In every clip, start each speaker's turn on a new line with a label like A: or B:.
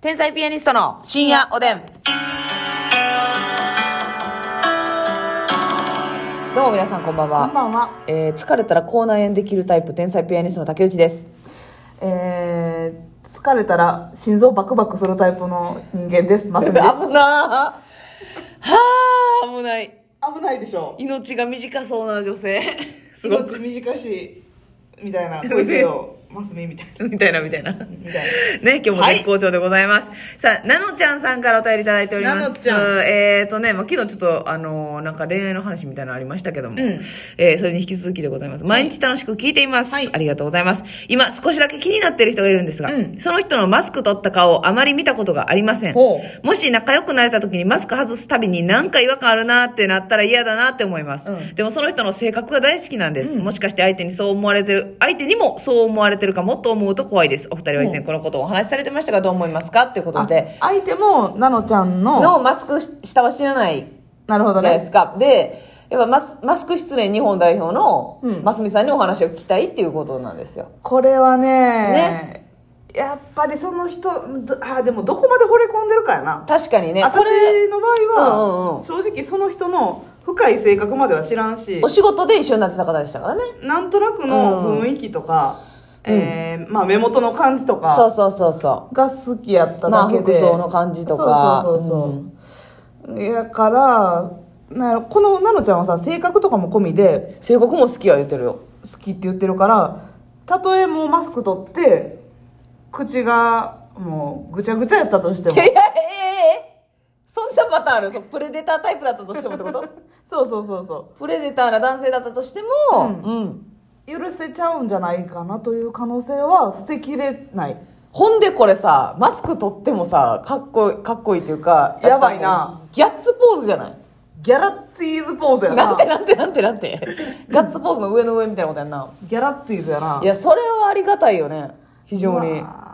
A: 天才ピアニストの深夜おでん。どうも皆さんこんばん
B: こん
A: は。
B: ばんは。
A: えー疲れたら口内炎できるタイプ、天才ピアニストの竹内です。
B: えー、疲れたら心臓バクバクするタイプの人間です。マス
A: 危
B: ミで
A: な
B: す
A: ー。は あ、危ない。
B: 危ないでしょ。
A: 命が短そうな女性。すごく。
B: 命短いし、みたいな。こいつ よ、マスミみたい
A: みたいなみたいな。
B: な。みたい
A: ね、今日も絶好調でございます。さあ、なのちゃんさんからお便りいただいております。
B: なのちゃん
A: えーとね、まあ、昨日ちょっと、あのーなんか恋愛の話みたいなのありましたけども、えーそれに引き続きでございます。毎日楽しく聞いています。
B: はい
A: ありがとうございます。今、少しだけ気になっている人がいるんですが、
B: うん
A: その人のマスク取った顔をあまり見たことがありません。
B: ほ
A: もし仲良くなれた時にマスク外すたびになんか違和感あるなってなったら嫌だなって思います。
B: うん
A: でもその人の性格が大好きなんです。もしかして相手にそう思われてる、相手にもそう思われてるかもと思うと怖いです。お二人は以前このことをお話しされてましたがどう思いますかっていうこと
B: な。
A: で、
B: あ相手も、なのちゃんの、
A: のマスク下は知らないじ
B: なるほ
A: ゃ
B: ど
A: ないで
B: ね。
A: すか。で、やっぱマスマスク失恋日本代表の
B: うん
A: ますみさんにお話を聞きたいっていうことなんですよ。
B: これはね、
A: ね
B: やっぱりその人、どあ、でもどこまで惚れ込んでるかやな。
A: 確かにね、これ、
B: 私の場
A: う
B: 合
A: んうんう
B: は、
A: ん
B: 正直その人の深い性格までは知らんし
A: お、仕事で一緒になってた方でしたからね。
B: なんとなくの雰囲気とか、
A: うん
B: えーまあ、目元の感じとか、
A: そうそうそうそう。
B: が好きやった
A: まあ
B: だけ
A: 服
B: で、
A: 装の感じとか
B: そうそうそうそう、やからなんやろこのなのちゃんはさ性格とかも込みで
A: 性格も好きは言ってるよ
B: 好きって言ってるからたとえもうマスク取って口がもうぐちゃぐちゃやった としても
A: いやえええそんなパターンあるそうプレデタータイプだったとしてもってこと
B: そうそうそうそ
A: プレデターな男性だったとしてもうん、
B: う許せちゃうんじゃないかなという可能性は捨てきれない
A: ほんでこれさマスク取ってもさかっこいいかっこいいというか
B: やばいな
A: っぱもうギャッツポーズじゃない
B: ギャラッツィーズポーズやな
A: なんてなんてなんてなんて ガッツポーズの上の上みたいなことやんな
B: ギャラッツィーズやない
A: やそれはありがたいよね非常に、
B: まあ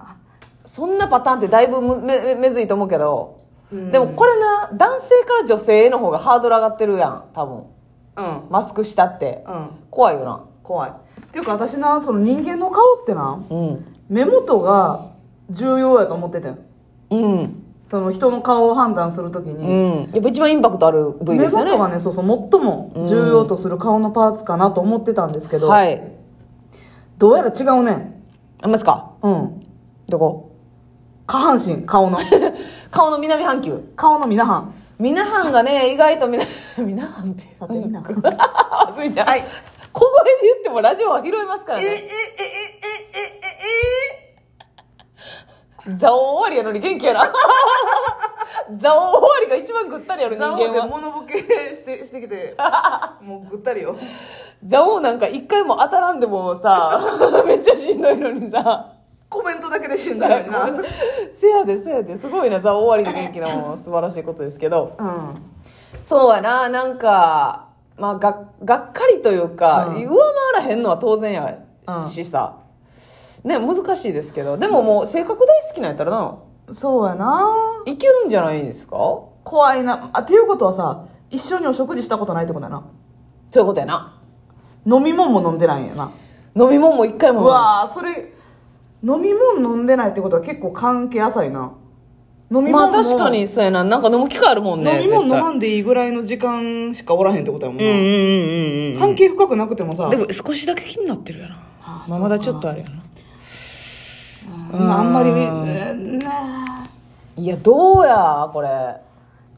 A: そんなパターンってだいぶむめめめずいと思うけど、
B: うん
A: でもこれな男性から女性への方がハードル上がってるやん多分
B: うん
A: マスクしたって、
B: うん
A: 怖いよな
B: 怖いっていうか私なその人間の顔ってな
A: うん
B: 目元が重要やと思っててん
A: うん
B: その人の顔を判断するとき
A: う
B: に、
A: んやっぱ一番インパクトある部位
B: 目
A: ですよね
B: 元がねそうそう最も重要とする顔のパーツかなと思ってたんですけど、
A: はい
B: どうやら違うねん
A: あんますか
B: うん
A: どこ
B: 下半身顔 の
A: 顔の南半球
B: 顔の皆半
A: 南半がね意外と南南半って
B: さて 皆半
A: あずみちゃん、
B: はい
A: 小声で言ってもラジオは拾いますから
B: ええええ
A: ね
B: ええええ
A: 蔵王終わりやのに元気やな蔵王終わりが一番ぐったりやろ
B: え
A: 人
B: 座王
A: 間
B: で
A: は
B: 物ボケしてしてきてもうぐったりよ
A: 蔵王なんか一回も当たらんでも さめっちゃしんどいのにさ
B: コメントだけで死んだよ な
A: せやでせやですごいな「ザ・終わり」の元気なもの素晴らしいことですけど
B: うん
A: そうやななんか、まあ、ががっかりというか、
B: うん
A: 上回らへんのは当然やしさ、ね難しいですけどでももう性格大好きなんやったらな
B: そうやない
A: けるんじゃないですか
B: 怖いなあっていうことはさ一緒にお食事したことないってことやな
A: そういうことやな
B: 飲み物も飲んでないんやな、
A: 飲み物も一回
B: う
A: も
B: わーそれ飲み物飲んでないってことは結構関係浅いな飲み物も
A: まあ確かにそうやななんか飲む機会あるもんね
B: 飲み物飲
A: 絶対
B: まんでいいぐらいの時間しかおらへんってことやもん
A: うんうんう
B: な、
A: んうん
B: 関係深くなくてもさ
A: でも少しだけ気になってるやな
B: あ
A: まあ
B: そうか
A: まだちょっとあるやな
B: うんあんまりみうん
A: いやどうやこれ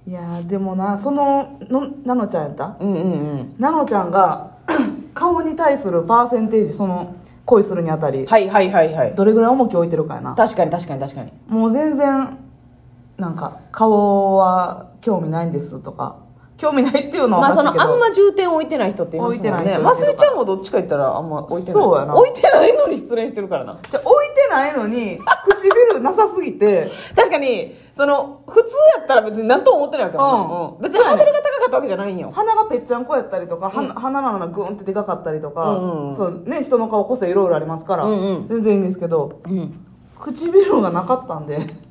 B: いやーでもなそののなのちゃんやった
A: うんうんうん
B: なのちゃんが 顔に対するパーセンテージその恋するにあたり、
A: はいはいはいはい
B: どれぐらい重きを置いてるかやな
A: 確かに確かに確かに
B: もう全然なんか顔は興味ないんですとか興味ないっていうの
A: ま
B: は
A: あ
B: おか
A: そ
B: しいけ
A: のあ
B: ど、
A: んま重点置いてない人って言いますも
B: 置
A: ん
B: いてない
A: ね
B: 人
A: まスミちゃんもどっちか言ったらあんま置いてない
B: そうやな
A: 置いてないのに失恋してるからな
B: じゃあ置いてないのに唇なさすぎて
A: 確かにその普通やったら別に何とも思ってないわけやもんな、
B: うん
A: うん別にハードルが高かったわけじゃないんよ
B: 鼻がぺっちゃんこやったりとか、は鼻の穴がグーンってでかかったりとか、
A: うんうん
B: そうね、人の顔個性いろいろありますから、
A: うんうん
B: 全然いいんですけど
A: うん
B: 唇がなかったんで上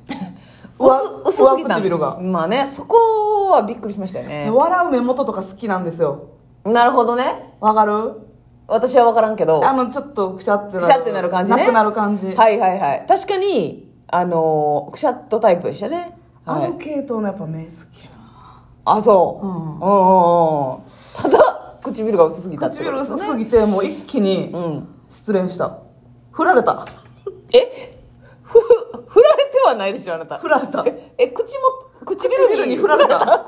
A: 薄薄すぎた
B: 上唇が、
A: まあねそこはびっくりしましたよね
B: 笑う目元とか好きなんですよ
A: なるほどね
B: わかる
A: 私は分からんけど
B: あ
A: は
B: のちょっとくしゃってなる
A: くしゃってなる感じね
B: なくなる感じ
A: いはいはい確かにあのーくしゃっとタイプでしたね。
B: あ
A: はい
B: の系統のやっぱ目好きやな
A: あ、そう。
B: うん
A: うんうんうん。ただ、唇が薄すぎたってこと
B: 唇
A: ですね。
B: 薄すぎてもう一気に
A: うん。
B: 失恋した振られた
A: えふ、振られてはないでしょ、あなた
B: 振。られた
A: え、え口も、唇
B: 唇に振られた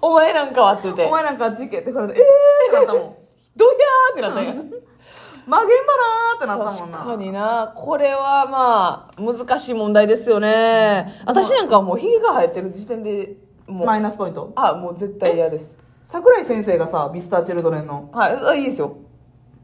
A: お前なんかはって言って
B: お。前なんか事件って振られてえーってなったもん
A: どやーってな ったんや。
B: 曲げんばなーってなった
A: 確
B: もんな
A: かにな。これはまあ、難しい問題ですよね。私なんかはもう、ひげが生えてる時点で、もう、
B: マイナスポイント
A: あ、もう絶対嫌です。
B: 桜井先生がさミスターチルドレンの
A: はいあ、いいですよ。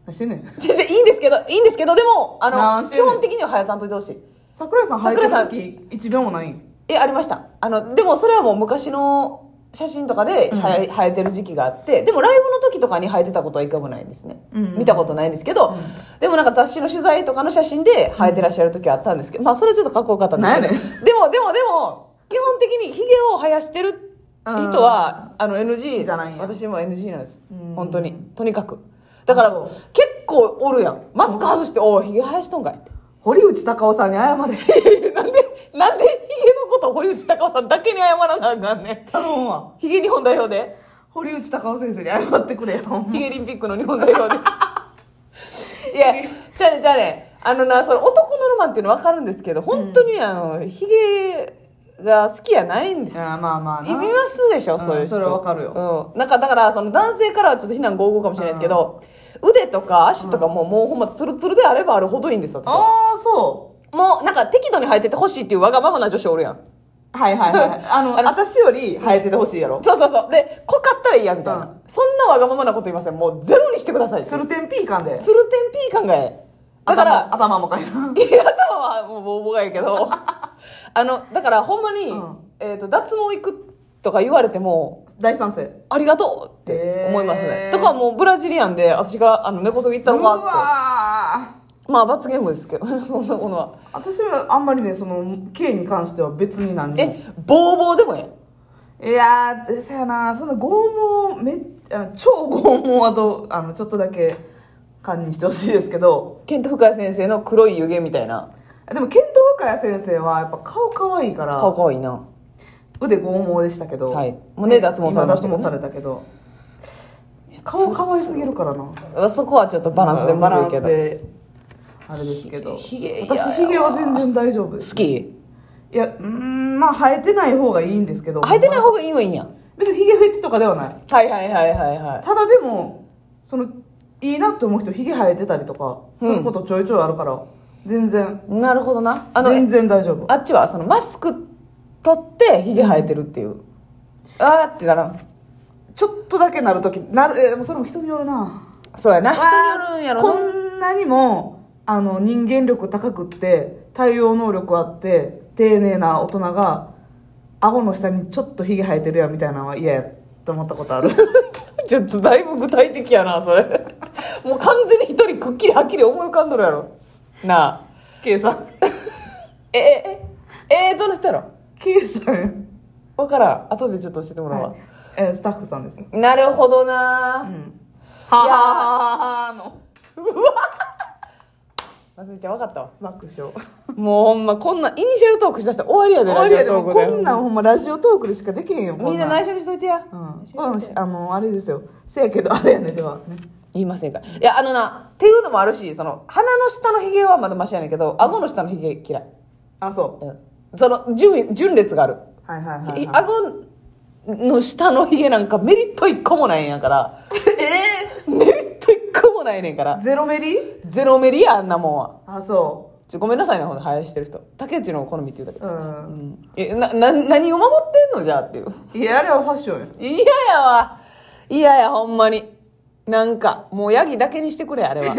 B: 何してんねん
A: 違う違ういいんですけど、いいんですけど、でも、あ
B: なん
A: の、
B: して
A: 基
B: んねん
A: 本的には生やさんといてほしい。
B: 桜井さん入ってる
A: 桜井
B: 時1秒もない
A: え、ありました。あの、でもそれはもう昔の写真とかではえ生えてる時期があって、でもライブの時とかに生えてたことは一回もないんですね。
B: うん
A: 見たことないんですけど、でもなんか雑誌の取材とかの写真で生えてらっしゃる時はあったんですけど、まあそれはちょっとかっこよかったんですけど。
B: なんや
A: でも、でも、でも、基本的にヒゲを生やしてる人は、あの
B: 好き
A: NG
B: じゃないんや
A: 私も NG なんです
B: うん。
A: 本当に。とにかく。だから、
B: あそう
A: 結構おるやん。マスク外して、おい、ヒゲ生やしとんかいって。
B: 堀内孝雄さんに 謝れ
A: なんで、なんでヒゲのこと堀内孝雄さんだけに謝らなあかんねん。
B: 頼むわ
A: ヒゲ日本代表で、
B: 堀内孝雄先生に謝ってくれよほんま
A: ヒゲオリンピックの日本代表 で。いや、じゃあね、じゃあね、あのな、その男のロマンっていうの分かるんですけど、本当にあの、ヒゲが好きやないんで
B: い
A: す。
B: やまあまあ
A: い
B: な
A: 見ますでしょ、そういう人。
B: それはわかるよ。
A: うん。なんか、だから、その男性からはちょっと非難合々かもしれないですけど、腕とか足とかも、もうほんまツルツルであればあるほどいいんです、私は。
B: ああそ
A: もう、なんか適度に生えててほしいっていうわがままな女子おるやん。
B: うはいはいはいあの
A: あの
B: 私より生えててほしいやろ
A: そうそうそう。で、濃かったらいいや、みたいな。
B: うん
A: そんなわがままなこと言いません。もうゼロにしてください。
B: ツルテンピー感で
A: ツルテンピー感がええ。だから、
B: 頭頭もかいな
A: いや頭はもうボーボーがええけ ど、あの、だからほんまに、
B: うん
A: えっ、と、脱毛行くとか言われても、
B: 大賛成
A: ありがとうって思いますね。
B: へ
A: と
B: ー
A: かもうブラジリアンで私があの根こそぎ行ったの
B: う
A: かっ
B: わー
A: て。まあ罰ゲームですけど、 そんなものは。
B: 私はあんまりねその刑に関しては別に何に
A: え
B: も、
A: ボーボーでもええ。
B: いやーそやなそんな拷問めあ超拷問はどうあのちょっとだけ堪忍してほしいですけど
A: ケント深谷先生の黒い湯気みたいな。
B: でもケント・深谷先生はやっぱ顔可愛いから
A: 顔かわいいな。
B: 腕剛毛でしたけど、
A: はい胸脱毛されましたけどね
B: 今脱毛されたけど顔可愛すぎるからな
A: そこはちょっとバランスでむ
B: バラ
A: ずい
B: ン
A: け
B: ス
A: ど。
B: であれですけど
A: ひげひげ嫌やわ
B: 私ヒゲは全然大丈夫です
A: 好き
B: いやうーんまあ生えてない方がいいんですけど
A: 履いてない方がいいもんや。
B: 別にヒゲフェチとかではない
A: はいはいはいはいはい。
B: ただでもそのいいなって思う人ヒゲ生えてたりとかすることちょいちょいあるから、全然
A: なるほどな。あ
B: 全
A: の、
B: 然大丈夫
A: あっちはそのマスク取ってヒゲ生えてるっていう。あーってならん。
B: ちょっとだけなるときなるえでもそれも人によるな
A: そうやな。人によるんやろ
B: こ
A: な。
B: んなにもあの人間力高くって対応能力あって丁寧な大人が顎の下にちょっとヒゲ生えてるやんみたいなのは嫌やって思っ たことある
A: ちょっとだいぶ具体的やな、それ。 もう完全に一人くっきりはっきり思い浮かんどるやろ。なあ。
B: K さん
A: え、え、え、えどの人やろ
B: K さん、
A: わからん。後でちょっと教えてもらうわ。
B: はいえースタッフさんですね
A: なるほど
B: う
A: なん
B: はははははの
A: ますみちゃんわかったわ。
B: 爆笑
A: もうほんま、こんな、イニシャルトークしだしたら終わりやで、
B: 終わりやで
A: ラジ
B: も
A: オトーク
B: こんなんほんまラジオトークでしかできへんよこ
A: みんな
B: な
A: 内緒にしといてや。
B: うん
A: 内緒
B: こんな
A: に
B: ん
A: しといて
B: しあのあれですよせやけどあれやねではね
A: 言いませんから。いや、あのな、っていうのもあるし、その、鼻の下のヒゲはまだマシやねんけど、顎の下のヒゲ嫌い。
B: あそう
A: うん。その、順位、順列がある。
B: はいはいはい、
A: ひ
B: はい、
A: 顎の下のヒゲなんかメリット一個もないんや から。
B: え
A: メリット一個もないねんか
B: ー、
A: ら。
B: ゼロメリ
A: ゼロメリや、あんなもんは。
B: あそ
A: ちょ、ごめんなさいね、ほんと、生やしてる人。竹内の好みって言うだけ
B: う
A: で
B: う
A: す。うんん。え、な、な、何を守ってんのじゃあっていう。
B: いやあれはファッションや
A: 嫌やわ。嫌や、ほんまに。なんか、もうヤギだけにしてくれ、あれ は。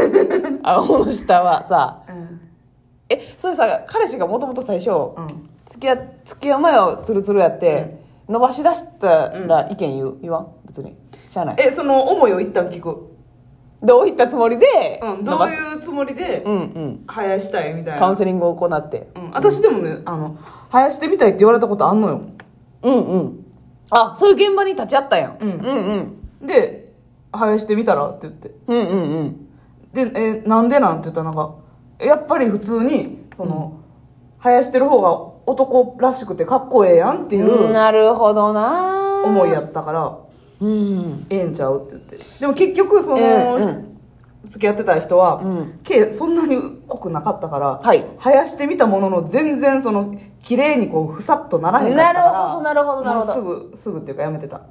A: 顎の下はさ。
B: うん
A: え、それさ、彼氏がもともと最初、
B: うん
A: 付き合、付き合う前はツルツルやって、伸ばし出したら意見言う、言わん別に。しゃあない。
B: えその思いを一旦聞く、
A: どういったつもりで、
B: うん、
A: 伸
B: どう
A: ばす。
B: いうつもりで
A: うんうん。
B: 生やしたいみたい
A: カウン
B: な、
A: セリングを行って。
B: うん、私でもねあの生やしてみたいって言われたことあんのよ
A: うんうん。あ、そういう現場に立ち会ったやん。
B: うん
A: うんうん。
B: で生やしてみたらって言って
A: うんうんうん。
B: で、えーなんでなんて言ったらなんかやっぱり普通にその、生やしてる方が男らしくてかっこええやんっていう
A: なるほどな
B: 思いやったから
A: うん
B: ええんちゃうって言ってでも結局その、
A: うんうん
B: 付き合ってた人は、
A: うん
B: 毛そんなに濃くなかったから、
A: はい
B: 生やしてみたものの全然その綺麗にこうふさっとならへんかった
A: な
B: か
A: る
B: ら
A: ほどなるほどなるほど
B: もうすぐすぐっていうかやめてた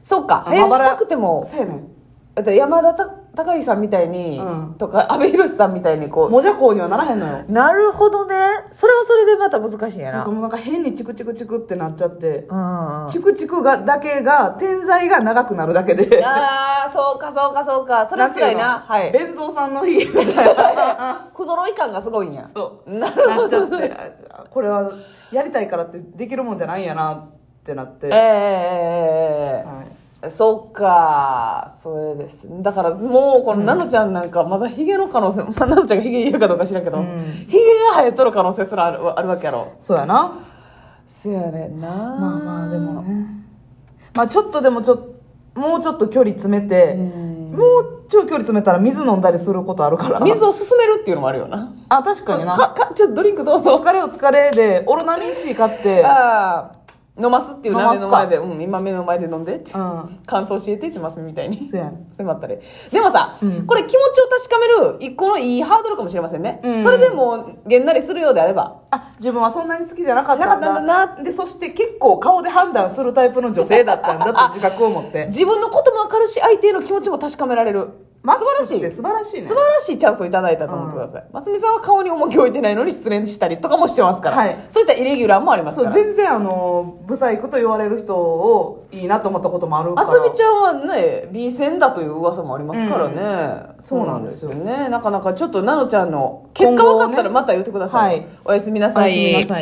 A: そっか生やしたくても
B: そうやねん
A: だって山田た孝之さんみたいに、
B: うん
A: とか阿部寛さんみたいにこ
B: もじゃこうにはならへんのよ
A: うなるほどねそれはそれでまた難しいんやな
B: そのなんか変にチクチクチクってなっちゃって、
A: うんうん
B: チクチクがだけが天才が長くなるだけで
A: ああそうかそうかそうかそれは
B: なんてい
A: 辛
B: うの
A: いなはい
B: 弁蔵さんの 日みたいな
A: 不揃い感がすごいんや
B: そう
A: な
B: なっちゃってあこれはやりたいからってできるもんじゃないんやなってなって、
A: ええええええ
B: はい
A: そっかそれですだからもうこのナノちゃんなんかまだヒゲの可能性、 まあ、ナノちゃんがヒゲ言うかどうか知らんけど、
B: うん
A: ヒゲが生えとる可能性すらあるあるわけやろ
B: そうやな
A: そやねんな
B: まあまあでもねまあちょっとでもちょもうちょっと距離詰めて、
A: ん
B: もうちょい距離詰めたら水飲んだりすることあるから
A: 水を勧めるっていうのもあるよな
B: あ確かにな
A: かかちょっとドリンクどうぞ
B: 疲れを疲れでオロナミン C 買って、
A: ああ飲ますっていう
B: 飲
A: な
B: ま
A: 目
B: すか
A: の前で、うん、今目の前で飲んでって、
B: うん
A: 感想教えてってますみたいに
B: そうやん
A: そういうのもあったりでもさ、
B: うん
A: これ気持ちを確かめる一個のいいハードルかもしれませんね、
B: うん
A: それでもうげんなりするようであれば
B: あ自分はそんなに好きじゃなかったんだ
A: なかったんだな
B: でそして結構顔で判断するタイプの女性だったん だと自覚を持って
A: 自分のことも分かるし相手への気持ちも確かめられる、
B: マス
A: 素晴ら
B: ク
A: し
B: って
A: い
B: 素晴らしいね
A: 素晴らしいチャンスをいただいたと思ってください、ますみさんは顔に重きを置いてないのに失恋したりとかもしてますから、
B: はい
A: そういったイレギュラーもあります
B: そ
A: から
B: う全然あのブサイクと言われる人をいいなと思ったこともあるか
A: あ
B: ら
A: さみちゃんはね B 戦だという噂もありますからね、
B: そうなんですよ
A: そうなんですよねなかなかちょっとなのちゃんの結果分かったらまた言ってください、
B: 今後をね
A: おやすみな
B: お
A: さ
B: やすみなさい